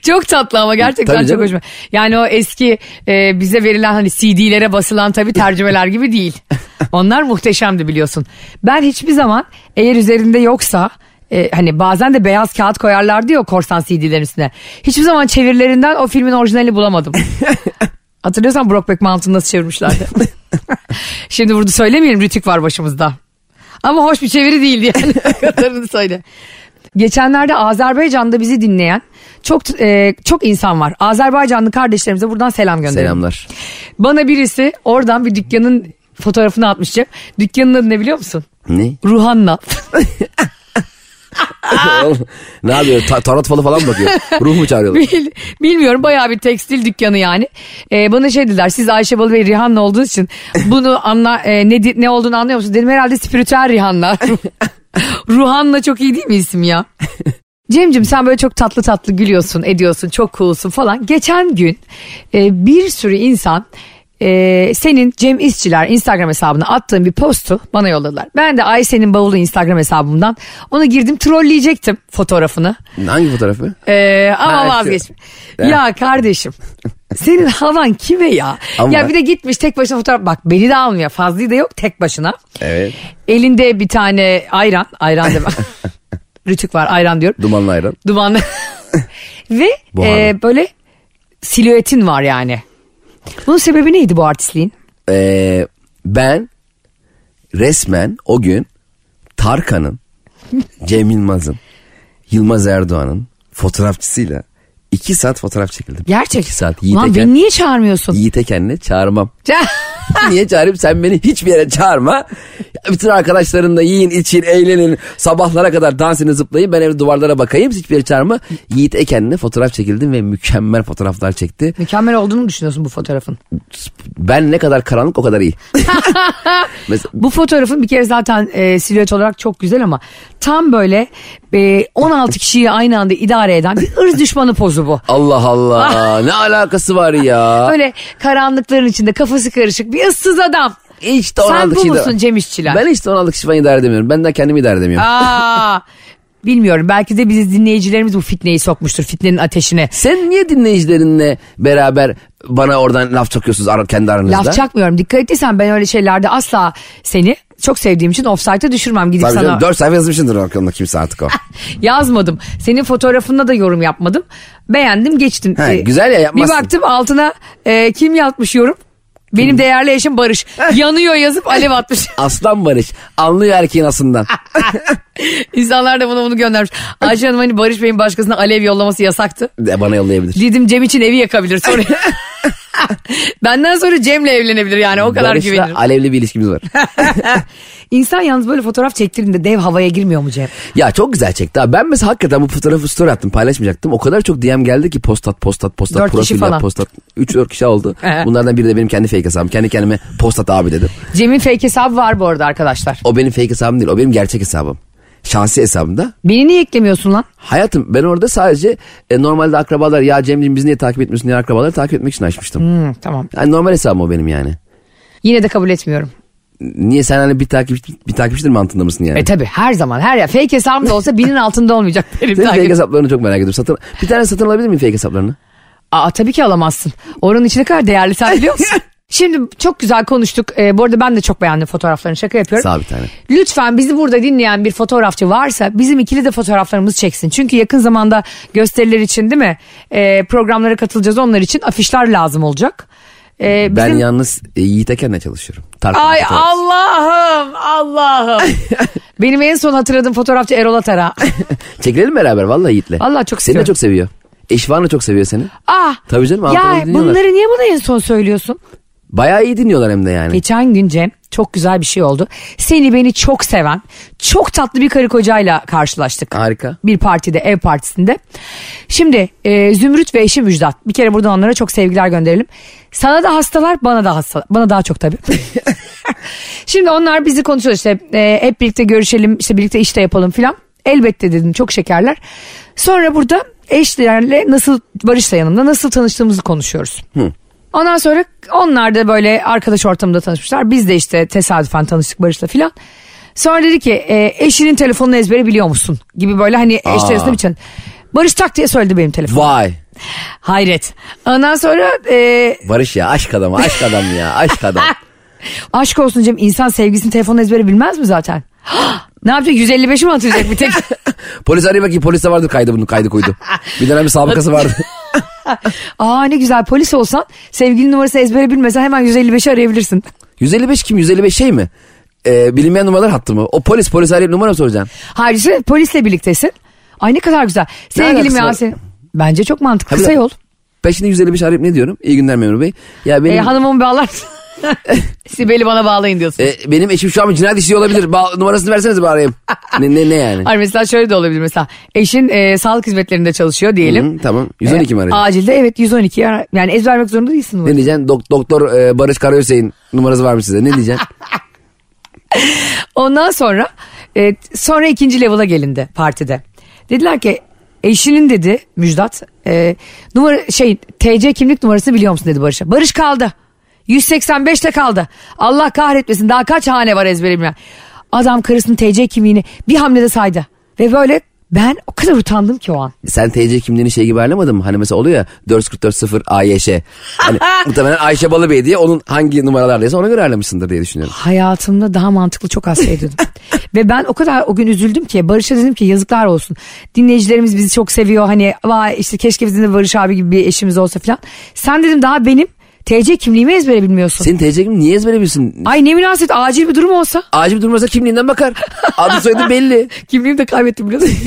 Çok tatlı ama gerçekten Tabii çok canım. hoşuma. Yani o eski e, bize verilen hani CD'lere basılan tabii tercümeler gibi değil. Onlar muhteşemdi biliyorsun. Ben hiçbir zaman eğer üzerinde yoksa e, hani bazen de beyaz kağıt koyarlardı ya o korsan CD'lerin üstüne. Hiçbir zaman çevirilerinden o filmin orijinalini bulamadım. Hatırlıyorsan Brokeback Mountain nasıl çevirmişlerdi. Şimdi burada söylemeyelim Rütük var başımızda. Ama hoş bir çeviri değildi yani. Kadarını söyle. Geçenlerde Azerbaycan'da bizi dinleyen çok e, çok insan var. Azerbaycanlı kardeşlerimize buradan selam gönderelim. Selamlar. Bana birisi oradan bir dükkanın fotoğrafını atmış Cem. Dükkanın adı ne biliyor musun? Ne? Ruhanna. ne yapıyor? Ta- tarot falı falan mı bakıyor? Ruh mu çağırıyorlar? Bil- Bilmiyorum bayağı bir tekstil dükkanı yani. Ee, bana şey dediler siz Ayşe Balı ve Rihanna olduğunuz için bunu anla e, ne di- ne olduğunu anlıyor musunuz? Dedim herhalde spiritüel Rihanna. Ruhan'la çok iyi değil mi isim ya? Cem'cim sen böyle çok tatlı tatlı gülüyorsun, ediyorsun, çok coolsun falan. Geçen gün e, bir sürü insan e, senin Cem İşçiler Instagram hesabına attığın bir postu bana yolladılar. Ben de Ayşe'nin bavulu Instagram hesabımdan ona girdim trolleyecektim fotoğrafını. Hangi fotoğrafı? Ee, Ha, ama şu. vazgeçme. Ha. Ya kardeşim senin havan kime ya? Ama- Ya bir de gitmiş tek başına fotoğraf bak beni de almıyor fazlıyı da yok tek başına. Evet. Elinde bir tane ayran ayran da Rütük var ayran diyorum. Dumanlı ayran. Dumanlı. Ve Buharlı. e, böyle silüetin var yani. Bunun sebebi neydi bu artistliğin? Ee, ben resmen o gün Tarkan'ın, Cem Yılmaz'ın, Yılmaz Erdoğan'ın fotoğrafçısıyla iki saat fotoğraf çekildim. Gerçek. İki saat. Yiğit Ulan Eken- beni niye çağırmıyorsun? Yiğit Eken'le çağırmam. Ca- Niye çağırayım sen beni hiçbir yere çağırma. Bütün arkadaşlarınla yiyin için eğlenin sabahlara kadar dansını zıplayın ben evde duvarlara bakayım hiçbir yere çağırma. Yiğit Eken'le fotoğraf çekildim ve mükemmel fotoğraflar çekti. Mükemmel olduğunu mu düşünüyorsun bu fotoğrafın? Ben ne kadar karanlık o kadar iyi. Mesela, Bu fotoğrafın bir kere zaten e, silüet olarak çok güzel ama tam böyle e, 16 kişiyi aynı anda idare eden bir ırz düşmanı pozu bu. Allah Ah. Allah ne alakası var ya. Böyle karanlıkların içinde kafası karışık bir ıssız adam. Hiç de Sen 16 bu kişi de- musun Ah. Cem İşçiler? Ben hiç de 16 kişi falan idare edemiyorum. Benden kendimi idare edemiyorum. Aa, bilmiyorum belki de bizi dinleyicilerimiz bu fitneyi sokmuştur fitnenin ateşine. Sen niye dinleyicilerinle beraber bana oradan laf çakıyorsunuz ara- kendi aranızda? Laf çakmıyorum dikkat ettiysen ben öyle şeylerde asla seni çok sevdiğim için offside'a düşürmem gidip Tabii sana. canım 4 sayfa yazmışsındır arkamda kimse artık o. Yazmadım. Senin fotoğrafında da yorum yapmadım. Beğendim geçtim. Ee, He, güzel ya, yapmazsın. Bir baktım altına e, kim yapmış yorum? Benim değerli eşim Barış. Yanıyor yazıp alev atmış. Aslan Barış anlıyor erkeğin aslından. İnsanlar da bunu bunu göndermiş. Ayşe Hanım hani Barış Bey'in başkasına alev yollaması yasaktı. De bana yollayabilir. Dedim Cem için evi yakabilir sonra. Benden sonra Cem'le evlenebilir yani o kadar güvenirim. Barış'la alevli bir ilişkimiz var. İnsan yalnız böyle fotoğraf çektiğinde dev havaya girmiyor mu Cem? ya çok güzel çekti. ha. Ben mesela hakikaten bu fotoğrafı story attım paylaşmayacaktım. O kadar çok DM geldi ki postat postat postat. Dört kişi profil yap, falan. Ee. Postat. 3-4 kişi oldu. He. Bunlardan biri de benim kendi fake hesabım. Kendi kendime postat abi dedim. Cem'in fake hesabı var bu arada arkadaşlar. O benim fake hesabım değil. O benim gerçek hesabım. Şahsi hesabımda. Beni niye eklemiyorsun lan? Hayatım ben orada sadece e, normalde akrabalar ya Cem'ciğim bizi niye takip etmiyorsun diye akrabaları takip etmek için açmıştım. Hı, tamam. Yani normal hesabım o benim yani. Yine de kabul etmiyorum. Niye sen hani bir takip bir takipçidir mantığında mısın yani? E tabi her zaman her yer fake hesabım da olsa binin altında olmayacak benim Senin fake takip. hesaplarını çok merak ediyorum. Satın, bir tane satın alabilir miyim fake hesaplarını? Aa tabii ki alamazsın. Oranın içine kadar değerli sen biliyor musun? Şimdi çok güzel konuştuk. Ee, bu arada ben de çok beğendim fotoğraflarını şaka yapıyorum. Sağ bir tane. Lütfen bizi burada dinleyen bir fotoğrafçı varsa bizim ikili de fotoğraflarımızı çeksin. Çünkü yakın zamanda gösteriler için değil mi? Ee, programlara katılacağız onlar için afişler lazım olacak. Ee, Ben bizim- yalnız e, Yiğit Eken'le çalışıyorum. Tarkan Ay fotoğraf- Allah'ım Allah'ım. Benim en son hatırladığım fotoğrafçı Erol Atara. Çekilelim beraber vallahi Yiğit'le. Vallahi çok Seni de istiyorum. çok seviyor. Eşvan da çok seviyor seni. Ah. Tabii canım, Ya Ankara'da dinliyorlar. bunları niye bana en son söylüyorsun? Bayağı iyi dinliyorlar hem de yani. Geçen gün Cem çok güzel bir şey oldu. Seni beni çok seven, çok tatlı bir karı kocayla karşılaştık. Harika. Bir partide, ev partisinde. Şimdi e, Zümrüt ve eşi Müjdat. Bir kere buradan onlara çok sevgiler gönderelim. Sana da hastalar, bana da hasta, bana daha çok tabii. Şimdi onlar bizi konuşuyor işte e, hep birlikte görüşelim, işte birlikte iş de yapalım filan. Elbette dedim çok şekerler. Sonra burada eşlerle nasıl, Barış da yanımda nasıl tanıştığımızı konuşuyoruz. Ondan sonra onlar da böyle arkadaş ortamında tanışmışlar. Biz de işte tesadüfen tanıştık Barış'la filan. Sonra dedi ki e, eşinin telefonunu ezbere biliyor musun? Gibi böyle hani eşler arasında bir çan- Barış tak diye söyledi benim telefon. Vay. Hayret. Ondan sonra e, Barış ya aşk adamı aşk adam ya aşk adam. aşk olsun Cem insan sevgisini telefonunu ezbere bilmez mi zaten? ne yapacak 155'i mi atacak bir tek? Polis arayın bakayım poliste vardı kaydı bunun kaydı koydu. Bir dönem bir sabıkası vardı. Aa ne güzel polis olsan sevgilinin numarasını ezbere bilmesen hemen 155'i arayabilirsin. 155 kim 155 şey mi? Ee, bilinmeyen numaralar hattı mı? O polis polis arayıp numara mı soracaksın? Hayır işte polisle birliktesin. Ay ne kadar güzel. Sevgilim alakası var? Yasin. Bence çok mantıklı. Ha, bir Kısa dakika. yol. Ben şimdi 155 arayıp ne diyorum? İyi günler memur bey. Ya benim E, hanımımı bağlar. Sibel'i bana bağlayın diyorsun. e, benim eşim şu an bir cinayet işliyor olabilir. Ba- numarasını verseniz bağırayım. Ne ne ne yani? Hayır mesela şöyle de olabilir mesela. Eşin e, sağlık hizmetlerinde çalışıyor diyelim. E, Hı, tamam. 112 mi E, arayacağım? Acilde evet 112 ara- yani ez vermek zorunda değilsin. Ne numarayı. diyeceksin? Dok- doktor e, Barış Karahüseyin numarası var mı size? Ne diyeceksin? Ondan sonra e, sonra ikinci level'a gelindi partide. Dediler ki eşinin dedi Müjdat e, numara şey TC kimlik numarasını biliyor musun dedi Barış'a. Barış kaldı. 185'te kaldı. Allah kahretmesin daha kaç hane var ezbere bilmem. Adam karısının TC kimliğini bir hamlede saydı. Ve böyle ben o kadar utandım ki o an. Sen TC kimliğini şey gibi ayarlamadın mı? Hani mesela oluyor ya 4440 AYŞ. Hani muhtemelen Ayşe Balıbey diye onun hangi numaralardaysa ona göre ayarlamışsındır diye düşünüyorum. Hayatımda daha mantıklı çok az şey duydum. Ve ben o kadar o gün üzüldüm ki Barış'a dedim ki yazıklar olsun. Dinleyicilerimiz bizi çok seviyor hani vay işte keşke bizim de Barış abi gibi bir eşimiz olsa falan. Sen dedim daha benim TC kimliğimi ezbere bilmiyorsun. Senin TC kimliğini niye ezbere bilsin? Ay ne münasebet acil bir durum olsa. Acil bir durum olursa kimliğinden bakar. Adı soyadı belli. Kimliğimi de kaybettim biliyor musun?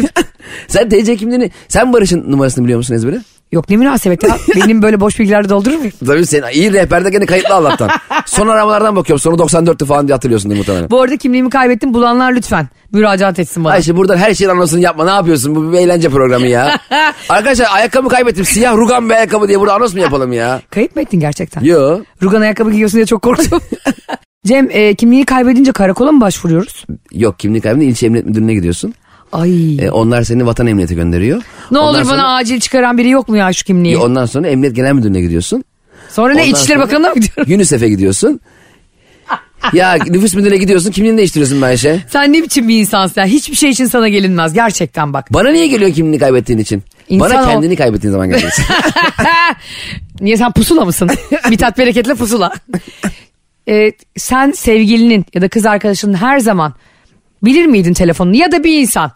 Sen TC kimliğini, sen Barış'ın numarasını biliyor musun ezbere? Yok ne münasebet ya benim böyle boş bilgiler doldurur muyum? Tabii sen iyi rehberde gene kayıtlı Allah'tan. Son aramalardan bakıyorum. Sonu 94'tü falan diye hatırlıyorsundur muhtemelen. Bu arada kimliğimi kaybettim bulanlar lütfen müracaat etsin bana. Ayşe buradan her şeyin anonsunu yapma. Ne yapıyorsun? Bu bir eğlence programı ya. Arkadaşlar ayakkabı kaybettim. Siyah rugan bir ayakkabı diye burada anons mu yapalım ya? Kayıp mı ettin gerçekten? Yo. Rugan ayakkabı giyiyorsun diye çok korktum. Cem e, kimliği kaybedince karakola mı başvuruyoruz? Yok kimlik kaybında ilçe emniyet müdürlüğüne gidiyorsun. Ay. E, onlar seni vatan emniyete gönderiyor. Ne Ondan olur bana sonra- acil çıkaran biri yok mu ya şu kimliği? E, Ondan sonra emniyet genel müdürlüğüne gidiyorsun. sonra ne ondan İçişleri sonra- Bakanı'na mı gidiyorum? UNICEF'e gidiyorsun. ya nüfus müdürlüğüne gidiyorsun. Kimliğini değiştiriyorsun ben şey. Ayşe. Sen ne biçim bir insansın ya? Hiçbir şey için sana gelinmez gerçekten bak. Bana niye geliyor kimliğini kaybettiğin için? İnsan Bana o- kendini kaybettiğin zaman geliyorsun. Niye sen pusula mısın? Mithat Bereket'le pusula. Ee, sen sevgilinin ya da kız arkadaşının her zaman bilir miydin telefonunu ya da bir insan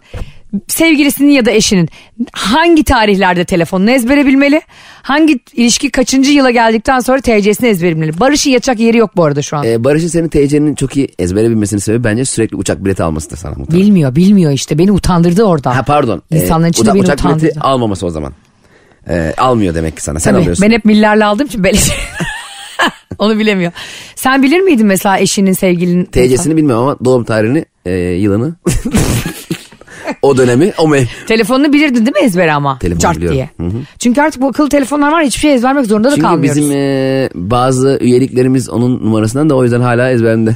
sevgilisinin ya da eşinin hangi tarihlerde telefonunu ezbere bilmeli? Hangi ilişki kaçıncı yıla geldikten sonra TC'sini ezbere bilmeli? Barış'ın yatacak yeri yok bu arada şu an. Ee, Barış'ın senin TC'nin çok iyi ezbere bilmesinin sebebi bence sürekli uçak bileti almasıdır sana muhtemelen. Bilmiyor bilmiyor işte beni utandırdı orada. Ha pardon. Ee, İnsanların içinde uça- beni uçak utandırdı. bileti almaması o zaman. Ee, almıyor demek ki sana. Sen Tabii, alıyorsun. ben hep millerle aldığım için beleş. Onu bilemiyor. Sen bilir miydin mesela eşinin sevgilinin? TC'sini bilmiyorum ama doğum tarihini, e, yılını, o dönemi, o me- Telefonunu bilirdin değil mi ezber ama? Telefonu Cart biliyorum. diye. Çünkü artık bu akıllı telefonlar var ya, hiçbir şey ezbermek zorunda da Çünkü kalmıyoruz. bizim e, bazı üyeliklerimiz onun numarasından da o yüzden hala ezberimde.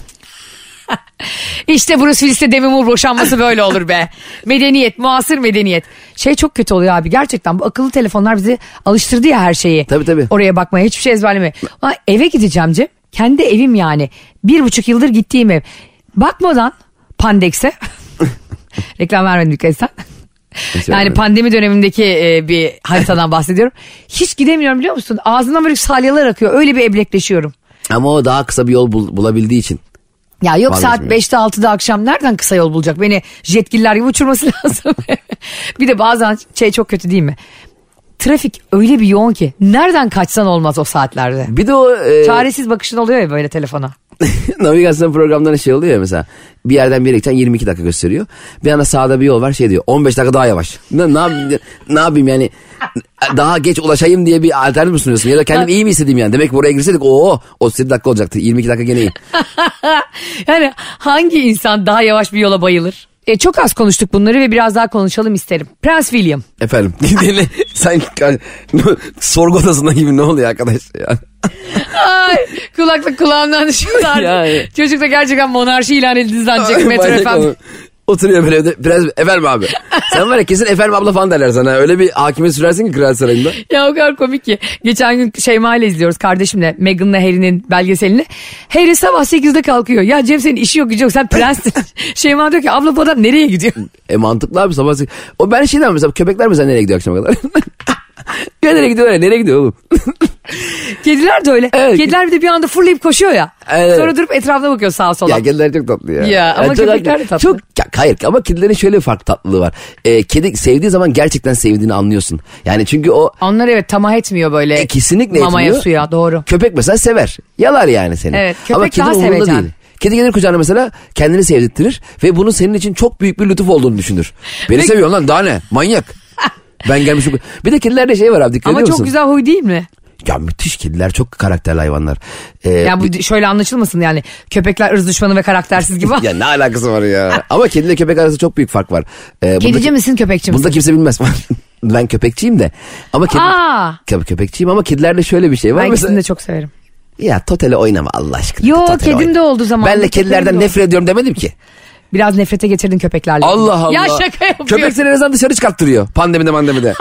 İşte Bruce Willis'le Demi Moore boşanması böyle olur be. Medeniyet, muasır medeniyet. Şey çok kötü oluyor abi gerçekten. Bu akıllı telefonlar bizi alıştırdı ya her şeyi. Tabii, tabii. Oraya bakmaya hiçbir şey ezberlemeye. Ulan eve gideceğim Cem. Kendi evim yani. Bir buçuk yıldır gittiğim ev. Bakmadan Pandex'e. Reklam vermedim dikkat etsen. Yani vermedim. pandemi dönemindeki e, bir haritadan bahsediyorum. Hiç gidemiyorum biliyor musun? Ağzından böyle salyalar akıyor. Öyle bir eblekleşiyorum. Ama o daha kısa bir yol bul- bulabildiği için. Ya yok saat Vazgeçmiyor. 5'te 6'da akşam nereden kısa yol bulacak? Beni jetgiller gibi uçurması lazım. bir de bazen şey çok kötü değil mi? Trafik öyle bir yoğun ki nereden kaçsan olmaz o saatlerde. Bir de o... e, Çaresiz bakışın oluyor ya böyle telefona. navigasyon programlarında şey oluyor ya mesela. Bir yerden bir yere gideceksin 22 dakika gösteriyor. Bir anda sağda bir yol var şey diyor 15 dakika daha yavaş. Ne, ne, yapayım, ne yapayım yani daha geç ulaşayım diye bir alternatif mi sunuyorsun? Ya da kendim iyi mi hissedeyim yani? Demek ki buraya girseydik o 37 dakika olacaktı. 22 dakika gene iyi. Yani hangi insan daha yavaş bir yola bayılır? E, çok az konuştuk bunları ve biraz daha konuşalım isterim. Prens William. Efendim dinle sen yani, sorgu odasında gibi ne oluyor arkadaş ya? Ay kulaklık kulağımdan düşüyordu artık. Yani. Çocuk da gerçekten monarşi ilan edildi zannedecek Metro Manyak FM. olur. Oturuyor böyle evde. Prens efendim abi. Sen var ya kesin efendim abla falan derler sana. Öyle bir hakime sürersin ki Kral Sarayı'nda. Ya o kadar komik ki. Geçen gün Şeyma ile izliyoruz kardeşimle Meghan'la Harry'nin belgeselini. Harry sabah 8'de kalkıyor. Ya Cem senin işi yok gücü yok sen prenssin. Şeyma diyor ki abla bu adam nereye gidiyor? E mantıklı abi sabah. sek- O ben şeyden mesela köpekler mesela nereye gidiyor akşama kadar? ya nereye gidiyor nereye gidiyor oğlum? Kediler de öyle. Evet. Kediler bir de bir anda fırlayıp koşuyor ya. Evet. Sonra durup etrafına bakıyor sağa sola. ya kediler çok tatlı ya. Ya, ama çok köpekler haklı. de tatlı. Çok, ya, hayır ama kedilerin şöyle bir farklı tatlılığı var. E, kedi sevdiği zaman gerçekten sevdiğini anlıyorsun. Yani çünkü o Onlar evet tamah etmiyor böyle. E, kesinlikle Mamaya etmiyor. suya doğru. Köpek mesela sever. Yalar yani seni. Evet, Ama köpek kedi daha umurunda sevecen. değil. Kedi gelir kucağına mesela kendini sevdirtir ve bunun senin için çok büyük bir lütuf olduğunu düşünür. Beni Peki- seviyorsun lan daha ne manyak. ben gelmişim. Bir de kedilerde şey var abi dikkat Ama ediyor çok musun? güzel huy değil mi? Ya müthiş kediler çok karakterli hayvanlar. Ee, Ya bu bir- şöyle anlaşılmasın yani köpekler ırz düşmanı ve karaktersiz gibi. ya ne alakası var ya? Ama kediyle köpek arasında çok büyük fark var. Ee, Kedici bunda- misin köpekçi misin? Bunda kimse bilmez. ben köpekçiyim de. Ama kedi... Aa. Tabii köpekçiyim ama kedilerde şöyle bir şey var. ben mesela... ikisini de çok severim. Ya totele oynama Allah aşkına. Yo, Totele kedim de oldu zamanında, Ben de köpeğim kedilerden de nefret ediyorum demedim ki. Biraz nefrete getirdin köpeklerle. Allah Allah. Ya şaka yapıyorsun. Köpek seni en azından dışarı çıkarttırıyor pandemide mandemide.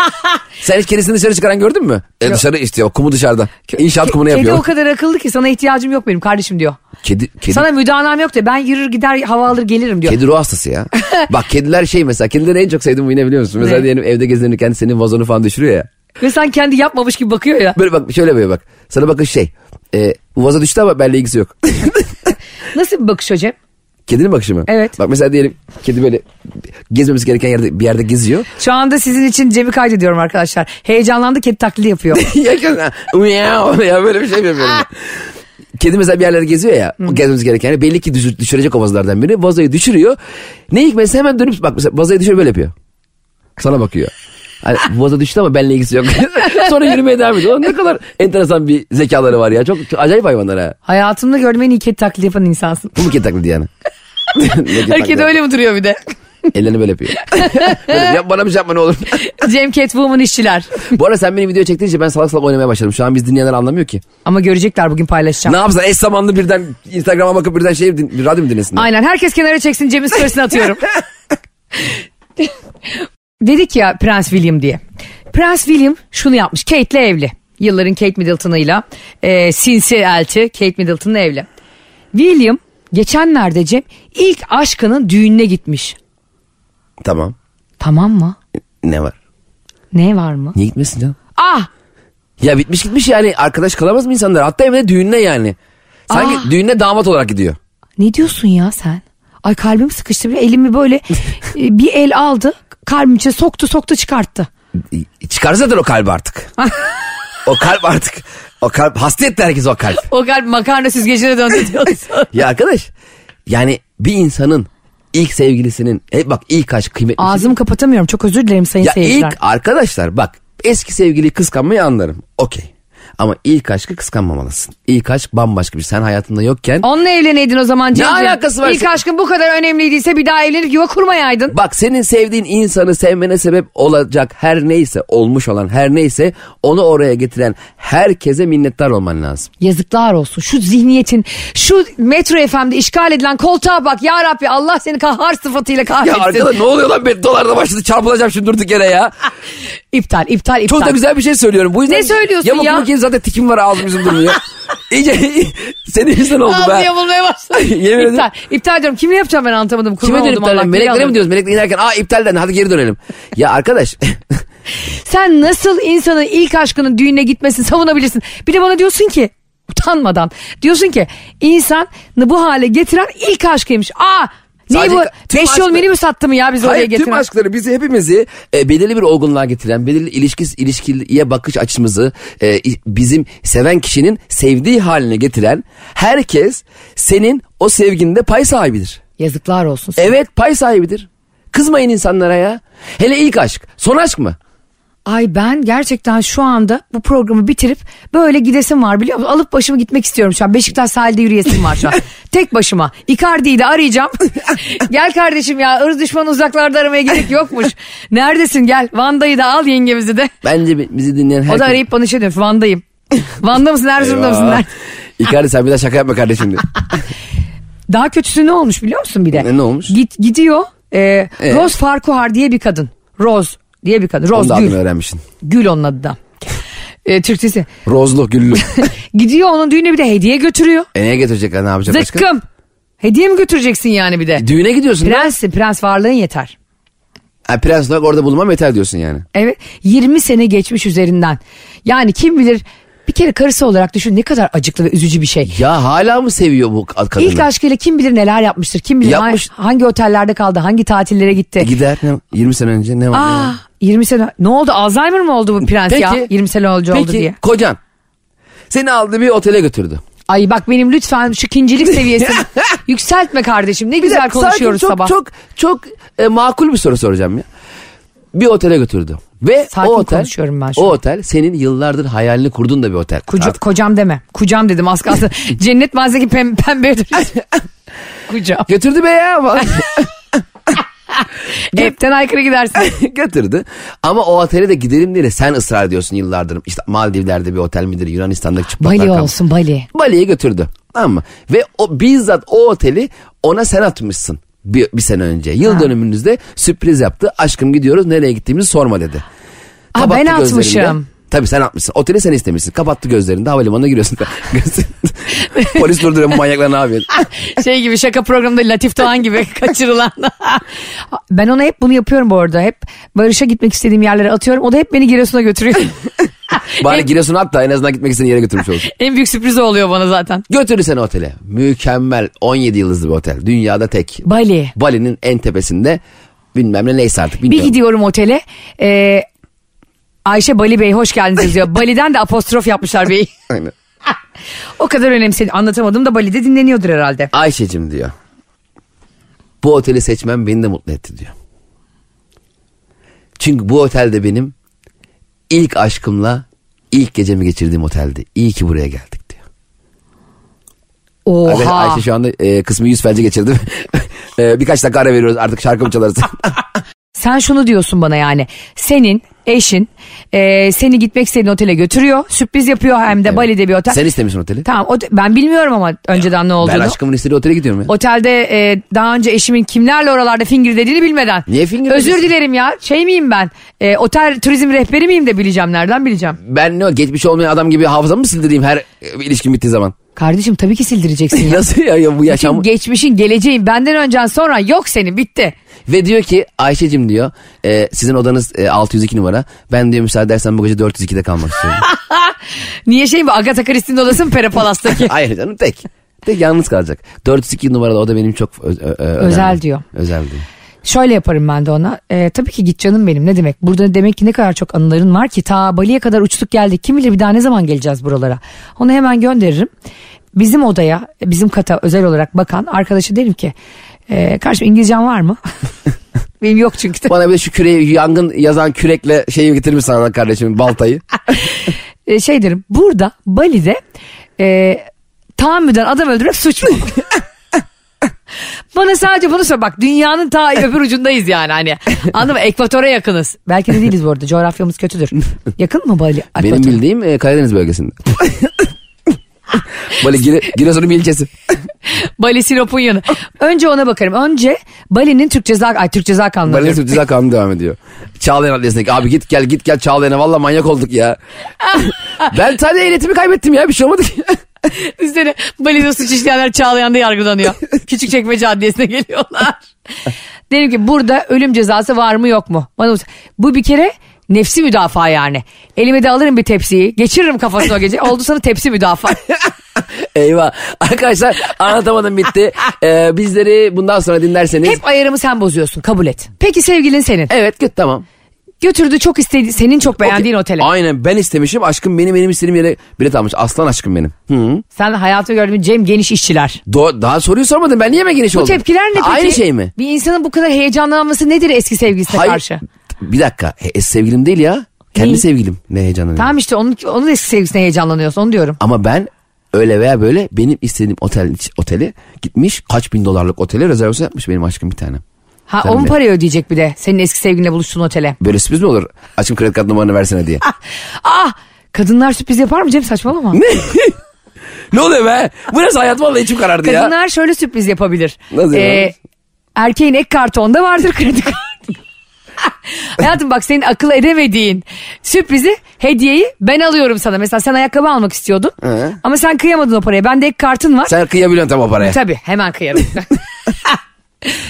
Sen hiç kedisini dışarı çıkaran gördün mü? E, dışarı istiyor kumu dışarıda. İnşaat kumunu Kedi yapıyor. o kadar akıllı ki sana ihtiyacım yok benim kardeşim diyor. Kedi, kedi, Sana müdahalem yok diyor. Ben yürür gider hava alır gelirim diyor. kedi ruh hastası ya. Bak kediler şey mesela kedileri en çok sevdiğim bu yine biliyor musun? Mesela Ne? diyelim evde gezinirken senin vazonu falan düşürüyor ya. Ve sen kendi yapmamış gibi bakıyor ya. Böyle bak şöyle böyle bak. Sana bakın şey. E, bu vazo düştü ama benimle ilgisi yok. Nasıl bir bakış hocam? Kedinin bakışı mı? Evet. Bak mesela diyelim kedi böyle gezmemesi gereken yerde bir yerde geziyor. Şu anda sizin için Cem'i kaydediyorum arkadaşlar. Heyecanlandı kedi taklidi yapıyor. Yakın ha. Miyav ya böyle bir şey mi yapıyorum. ben? Kedi mesela bir yerlere geziyor ya. o Gezmemiz gereken. Yani belli ki düzü- düşürecek o vazolardan biri. Vazoyu düşürüyor. Ne hikmetse hemen dönüp bak mesela vazoyu düşürüyor böyle yapıyor. Sana bakıyor. Hani vazo düştü ama benimle ilgisi yok. Sonra yürümeye devam ediyor. Ulan Ne kadar enteresan bir zekaları var ya. Çok, çok acayip hayvanlar ha. Hayatımda gördüğüm en iyi kedi taklidi yapan insansın. Bu mu kedi taklidi yani? Ne kedi Her taklidi? kedi öyle mi duruyor bir de? Ellerini böyle yapıyor. böyle, yap bana bir şey yapma ne olur. Cem Catwoman işçiler. Bu arada sen benim video çektiğin için ben salak salak oynamaya başladım. Şu an biz dinleyenler anlamıyor ki. Ama görecekler bugün paylaşacağım. Ne yapsın eş zamanlı birden Instagram'a bakıp birden şey din, bir radyo mu dinlesinler? Aynen herkes kenara çeksin Cem'in storiesini atıyorum. Dedik ya Prens William diye. Prens William şunu yapmış. Kate'le evli. Yılların Kate Middleton'ıyla. E, sinsi elti Kate Middleton'la evli. William geçenlerde Cem ilk aşkının düğününe gitmiş. Tamam. Tamam mı? Ne var? Ne var mı? Niye gitmesin canım? Ah Ya bitmiş gitmiş yani arkadaş kalamaz mı insanlar? Hatta evde düğününe yani. Sanki Aa. düğününe damat olarak gidiyor. ne diyorsun ya sen? Ay kalbim sıkıştı bile elimi böyle e, bir el aldı kalbim içine soktu soktu çıkarttı. E, Çıkar zaten o kalp artık. o kalp artık. O kalp hasta etti herkes o kalp. O kalp makarna süzgecine döndü diyorsun. Ya arkadaş yani bir insanın ilk sevgilisinin e bak ilk aşk kıymetli. bir şey Ağzımı kapatamıyorum. Çok özür dilerim sayın Ya seyirciler. ilk arkadaşlar bak eski sevgiliyi kıskanmayı anlarım. Okey. Ama ilk aşkı kıskanmamalısın. İlk aşk bambaşka bir şey. Sen hayatında yokken Onunla evleneydin o zaman Cemciğim. alakası var İlk senin? aşkın bu kadar önemliydiyse bir daha evlenip yuva kurmayaydın. bak senin sevdiğin insanı sevmene sebep olacak her neyse olmuş olan her neyse onu oraya getiren herkese minnettar olman lazım. Yazıklar olsun. Şu zihniyetin, şu Metro FM'de işgal edilen koltuğa bak. Ya Rabbi Allah seni kahhar sıfatıyla Ya kahretsin. arkadaş ne oluyor lan ben dolarda başladı çarpılacağım şimdi durduk yere ya. İptal, iptal, iptal. Çok da güzel bir şey söylüyorum. Bu yüzden Ne söylüyorsun Yamuk ya? makinesi zaten tikim var ağzım yüzüm durmuyor. İyice senin yüzünden oldu Ağzı be. yamulmaya başladı. Yemin ederim. iptal. İptal diyorum. Kimle yapacağım ben anlatamadım. Kurban Kime dönüp oldum dönelim? Allah'ım. Geri Meleklere alıyorum. mi diyoruz? Melekler inerken aa iptalden hadi geri dönelim. ya arkadaş Sen nasıl insanın ilk aşkının düğününe gitmesini savunabilirsin? Bir de bana diyorsun ki utanmadan diyorsun ki insanı bu hale getiren ilk aşkıymış. Aa Niye Sadece bu? tüm Beş yol aşkla- minibüs attı mı ya biz oraya Hayır tüm getiren? aşkları bizi hepimizi e, belirli bir olgunluğa getiren, belirli ilişki, ilişkiye bakış açımızı e, i- bizim seven kişinin sevdiği haline getiren herkes senin o sevginde pay sahibidir. Yazıklar olsun. sana. Evet pay sahibidir. Kızmayın insanlara ya. Hele ilk aşk. Son aşk mı? Ay ben gerçekten şu anda bu programı bitirip böyle gidesim var biliyor musun? Alıp başımı gitmek istiyorum şu an. Beşiktaş sahilde yürüyesim var şu an. Tek başıma. Icardi'yi de arayacağım. gel kardeşim ya ırz düşmanı uzaklarda aramaya gerek yokmuş. Neredesin gel. Vanda'yı da al yengemizi de. Bence bi- bizi dinleyen herkes... O da arayıp bana şey diyor. Van'dayım. Van'da mısın Erzurum'da mısın? Eyvah. Nerede? İkari sen bir daha şaka yapma kardeşim diyor. Daha kötüsü ne olmuş biliyor musun bir de? E, Ne- ne olmuş? Git, gidiyor. E, Rose Farquhar diye bir kadın. Rose diye bir kadın. Onu da Rose adını Gül. öğrenmişsin. Gül onun adı da. E, Türkçesi. Rozlu, güllü. Gidiyor onun düğüne bir de hediye götürüyor. e neye getirecekler ne yapacak başka? Zıkkım. Hediye mi götüreceksin yani bir de? E, Düğüne gidiyorsun. lan. Prensin, prens varlığın yeter. Ha, prens olarak orada bulunmam yeter diyorsun yani. Evet 20 sene geçmiş üzerinden. Yani kim bilir bir kere karısı olarak düşün ne kadar acıklı ve üzücü bir şey. Ya hala mı seviyor bu kadını? İlk aşkıyla kim bilir neler yapmıştır. Kim bilir Yapmış. ha- hangi otellerde kaldı, hangi tatillere gitti. E gider. Ne, 20 sene önce ne var? ne Aa, var? 20 sene ne oldu Alzheimer mı oldu bu prens ya 20 sene önce oldu peki, diye. kocan seni aldı bir otele götürdü. Ay bak benim lütfen şu kincilik seviyesini yükseltme kardeşim ne güzel dakika, konuşuyoruz sakin, sabah. çok, Çok çok e, makul bir soru soracağım ya. Bir otele götürdü. Ve Sakin o otel, konuşuyorum ben şu o an. otel senin yıllardır hayalini kurduğun da bir otel. Kuca- Artık- Kocam deme kucam dedim az kalsın cennet mazeki pem pembe Kucam. Götürdü be ya. Hepten aykırı gidersin. götürdü. Ama o otele de gidelim diye de sen ısrar ediyorsun yıllardır. İşte Maldivler'de bir otel midir Yunanistan'daki çıplaklar Bali kampı. olsun Bali. Bali'ye götürdü. Tamam mı? Ve o bizzat o oteli ona sen atmışsın. Bir, bir sene önce. Yıl dönümünüzde sürpriz yaptı. Aşkım gidiyoruz nereye gittiğimizi sorma dedi. Aa, Kapattı Ah, ben gözlerinden. atmışım. Tabii sen atmışsın. Oteli sen istemişsin. Kapattı gözlerinde havalimanına giriyorsun. Göz- Polis durduruyor bu manyaklar ne yapıyor? şey gibi şaka programında Latif Doğan gibi kaçırılan. ben ona hep bunu yapıyorum bu arada. Hep Barış'a gitmek istediğim yerlere atıyorum. O da hep beni Giresun'a götürüyor. Bari Giresun'a at da en azından gitmek istediğin yere götürmüş olsun. en büyük sürpriz o oluyor bana zaten. Götürdü seni otele. Mükemmel 17 yıldızlı bir otel. Dünyada tek. Bali. Bali'nin en tepesinde bilmem ne neyse artık Bir bilmiyorum. gidiyorum otele. Ee, Ayşe Bali Bey hoş geldiniz diyor. Bali'den de apostrof yapmışlar Bey. Aynen. o kadar önemsedi. Anlatamadım da Bali'de dinleniyordur herhalde. Ayşe'cim diyor. Bu oteli seçmem beni de mutlu etti diyor. Çünkü bu otelde benim ilk aşkımla ilk gecemi geçirdiğim oteldi. İyi ki buraya geldik diyor. Oha. Arkadaşlar Ayşe şu anda e, kısmı yüz felce geçirdi. E, birkaç dakika ara veriyoruz artık şarkı mı çalarız? Sen şunu diyorsun bana yani senin eşin e, seni gitmek istediğin otele götürüyor sürpriz yapıyor hem de Bali'de bir otel. Sen istemişsin oteli. Tamam o- ben bilmiyorum ama önceden ne Ben olduğunu. aşkımın istediği otele gidiyorum ya. Otelde e, daha önce eşimin kimlerle oralarda fingir dediğini bilmeden. Niye fingir Özür dedisin? dilerim ya şey miyim ben E, otel turizm rehberi miyim de bileceğim nereden bileceğim. ben ne o, geçmiş olmayan adam gibi hafızamı mı sildireyim her e, ilişkim bittiği zaman? Kardeşim tabii ki sildireceksin ya. Nasıl ya, ya bu yaşam? Bütün geçmişin geleceğin benden öncen sonra yok senin bitti. Ve diyor ki Ayşe'cim diyor e, sizin odanız e, 602 numara. Ben diyor müsaade edersen bu gece 402'de kalmak istiyorum. Niye şey mi Agatha Christie'nin odası mı Pera Palas'taki? Hayır canım tek. Tek yalnız kalacak. 402 numaralı oda benim çok ö- ö- ö- Özel diyor. Özel diyor. Şöyle yaparım ben de ona. Ee, tabii ki git canım benim ne demek. Burada demek ki ne kadar çok anıların var ki ta Bali'ye kadar uçtuk geldik. Kim bilir bir daha ne zaman geleceğiz buralara. Onu hemen gönderirim. Bizim odaya bizim kata özel olarak bakan arkadaşı derim ki. E, karşım İngilizcen var mı? benim yok çünkü. Bana bir de şu küreği yangın yazan kürekle şeyi getirir misin sana kardeşim baltayı? E, şey derim burada Bali'de e, tahammüden adam öldürmek suç mu? Bana sadece bunu söyle bak dünyanın ta öbür ucundayız yani hani anladın mı ekvatora yakınız. Belki de değiliz bu arada coğrafyamız kötüdür. Yakın mı Bali? benim ekvatora? bildiğim e, Karadeniz bölgesinde. Böyle Gire, Giresun'un bir ilçesi. Bali Sinop'un yanı. Önce ona bakarım. Önce Bali'nin Türk ceza, ay Türk ceza kanunu. Böyle diyorum. Türk Ceza Kanunu devam ediyor. Çağlayan Adliyesi'ndeki abi git gel git gel Çağlayan'a valla manyak olduk ya. ben sadece ehliyetimi kaybettim ya bir şey olmadı ki. Üstüne Bali'de suç işleyenler Çağlayan'da yargılanıyor. Küçükçekmece Adliyesi'ne geliyorlar. Dedim ki burada ölüm cezası var mı yok mu? Bana bu- bu bir kere nefsi müdafaa yani. Elime de alırım bir tepsiyi. Geçiririm kafasına o gece. Oldu sana tepsi müdafaa. Eyvah. Arkadaşlar anlatamadım bitti. Ee, bizleri bundan sonra dinlerseniz. Hep ayarımı sen bozuyorsun kabul et. Peki sevgilin senin. Evet git tamam. Götürdü çok istedi senin çok beğendiğin Okey. otele. Aynen ben istemişim aşkım benim benim istediğim yere bilet almış. Aslan aşkım benim. Hı. Sen hayatımda gördüğüm Cem geniş işçiler. Do- daha soruyu sormadın ben niye mi geniş Bu oldum? tepkiler ne peki? Aynı şey mi? Bir insanın bu kadar heyecanlanması nedir eski sevgilisine karşı? Bir dakika He- e, sevgilim değil ya. Kendi Değil. sevgilim ne heyecanlanıyor. Tamam işte onun, onun eski sevgilisine heyecanlanıyorsun onu diyorum. Ama ben öyle veya böyle benim istediğim otel oteli gitmiş kaç bin dolarlık otele rezervasyon yapmış benim aşkım bir tane. Ha Tabii. onun parayı ödeyecek bir de senin eski sevgilinle buluştuğun otele. Böyle sürpriz mi olur? Açım kredi kart numaranı versene diye. Ah kadınlar sürpriz yapar mı Cem saçmalama. ne? ne oluyor be? Bu nasıl hayat vallahi içim karardı ya. Kadınlar şöyle sürpriz yapabilir. Ee, Nasıl yapalım? erkeğin ek kartı onda vardır kredi kartı. Hayatım bak senin akıl edemediğin sürprizi hediyeyi ben alıyorum sana. Mesela sen ayakkabı almak istiyordun Hı. ama sen kıyamadın o paraya. Bende ek kartın var. Sen kıyabiliyorsun tam o paraya. Tabii hemen kıyarım.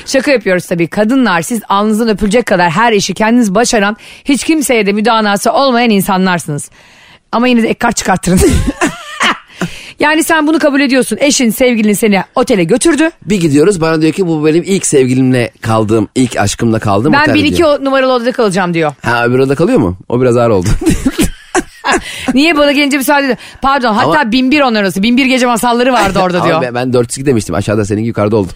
Şaka yapıyoruz tabii. Kadınlar siz alnınızdan öpülecek kadar her işi kendiniz başaran, hiç kimseye de müdanası olmayan insanlarsınız. Ama yine de ek kart çıkarttırın. yani sen bunu kabul ediyorsun. Eşin, sevgilin seni otele götürdü. Bir gidiyoruz bana diyor ki bu benim ilk sevgilimle kaldığım, ilk aşkımla kaldığım Ben otel bir iki diyor. o- numaralı odada kalacağım diyor. Ha öbür odada kalıyor mu? O biraz ağır oldu. Niye bana gelince müsaade ediyor? Pardon hatta Ama- 1001 onların arası. 1001 gece masalları vardı orada Ama diyor. ben, ben 402 demiştim aşağıda seninki yukarıda oldu.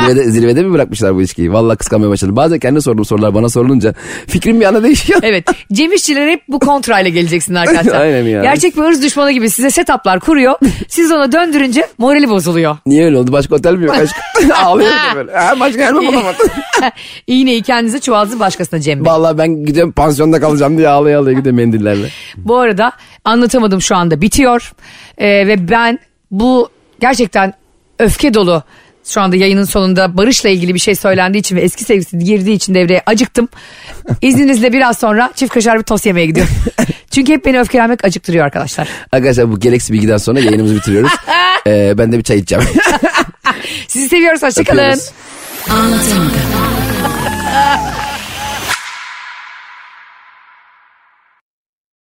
zirvede, zirvede mi bırakmışlar bu ilişkiyi? Vallahi kıskanmaya başladım. Bazen kendi sorduğum sorular bana sorulunca fikrim bir anda değişiyor. Evet. Cem İşçilere hep bu kontrayla geleceksin arkadaşlar. Aynen ya. Gerçek bir hırs düşmanı gibi size setuplar kuruyor. Siz ona döndürünce morali bozuluyor. Niye öyle oldu? Başka otel mi yok aşkım? Ağlıyorum da böyle. Ha, başka yer mi bulamadım? İğneyi kendinize çuvaldızı başkasına Cem Bey. Vallahi ben gideceğim pansiyonda kalacağım diye ağlaya ağlaya gidiyorum mendillerle. Bu arada anlatamadım şu anda bitiyor. Ee, ve ben bu gerçekten öfke dolu şu anda yayının sonunda Barış'la ilgili bir şey söylendiği için ve eski sevgilisi girdiği için devreye acıktım. İzninizle biraz sonra çift kaşar bir tost yemeye gidiyorum. Çünkü hep beni öfkelenmek acıktırıyor arkadaşlar. Arkadaşlar bu gereksiz bilgiden sonra yayınımızı bitiriyoruz. Ee, ben de bir çay içeceğim. Sizi seviyoruz. Hoşçakalın. Öpüyoruz. Anlatamadım.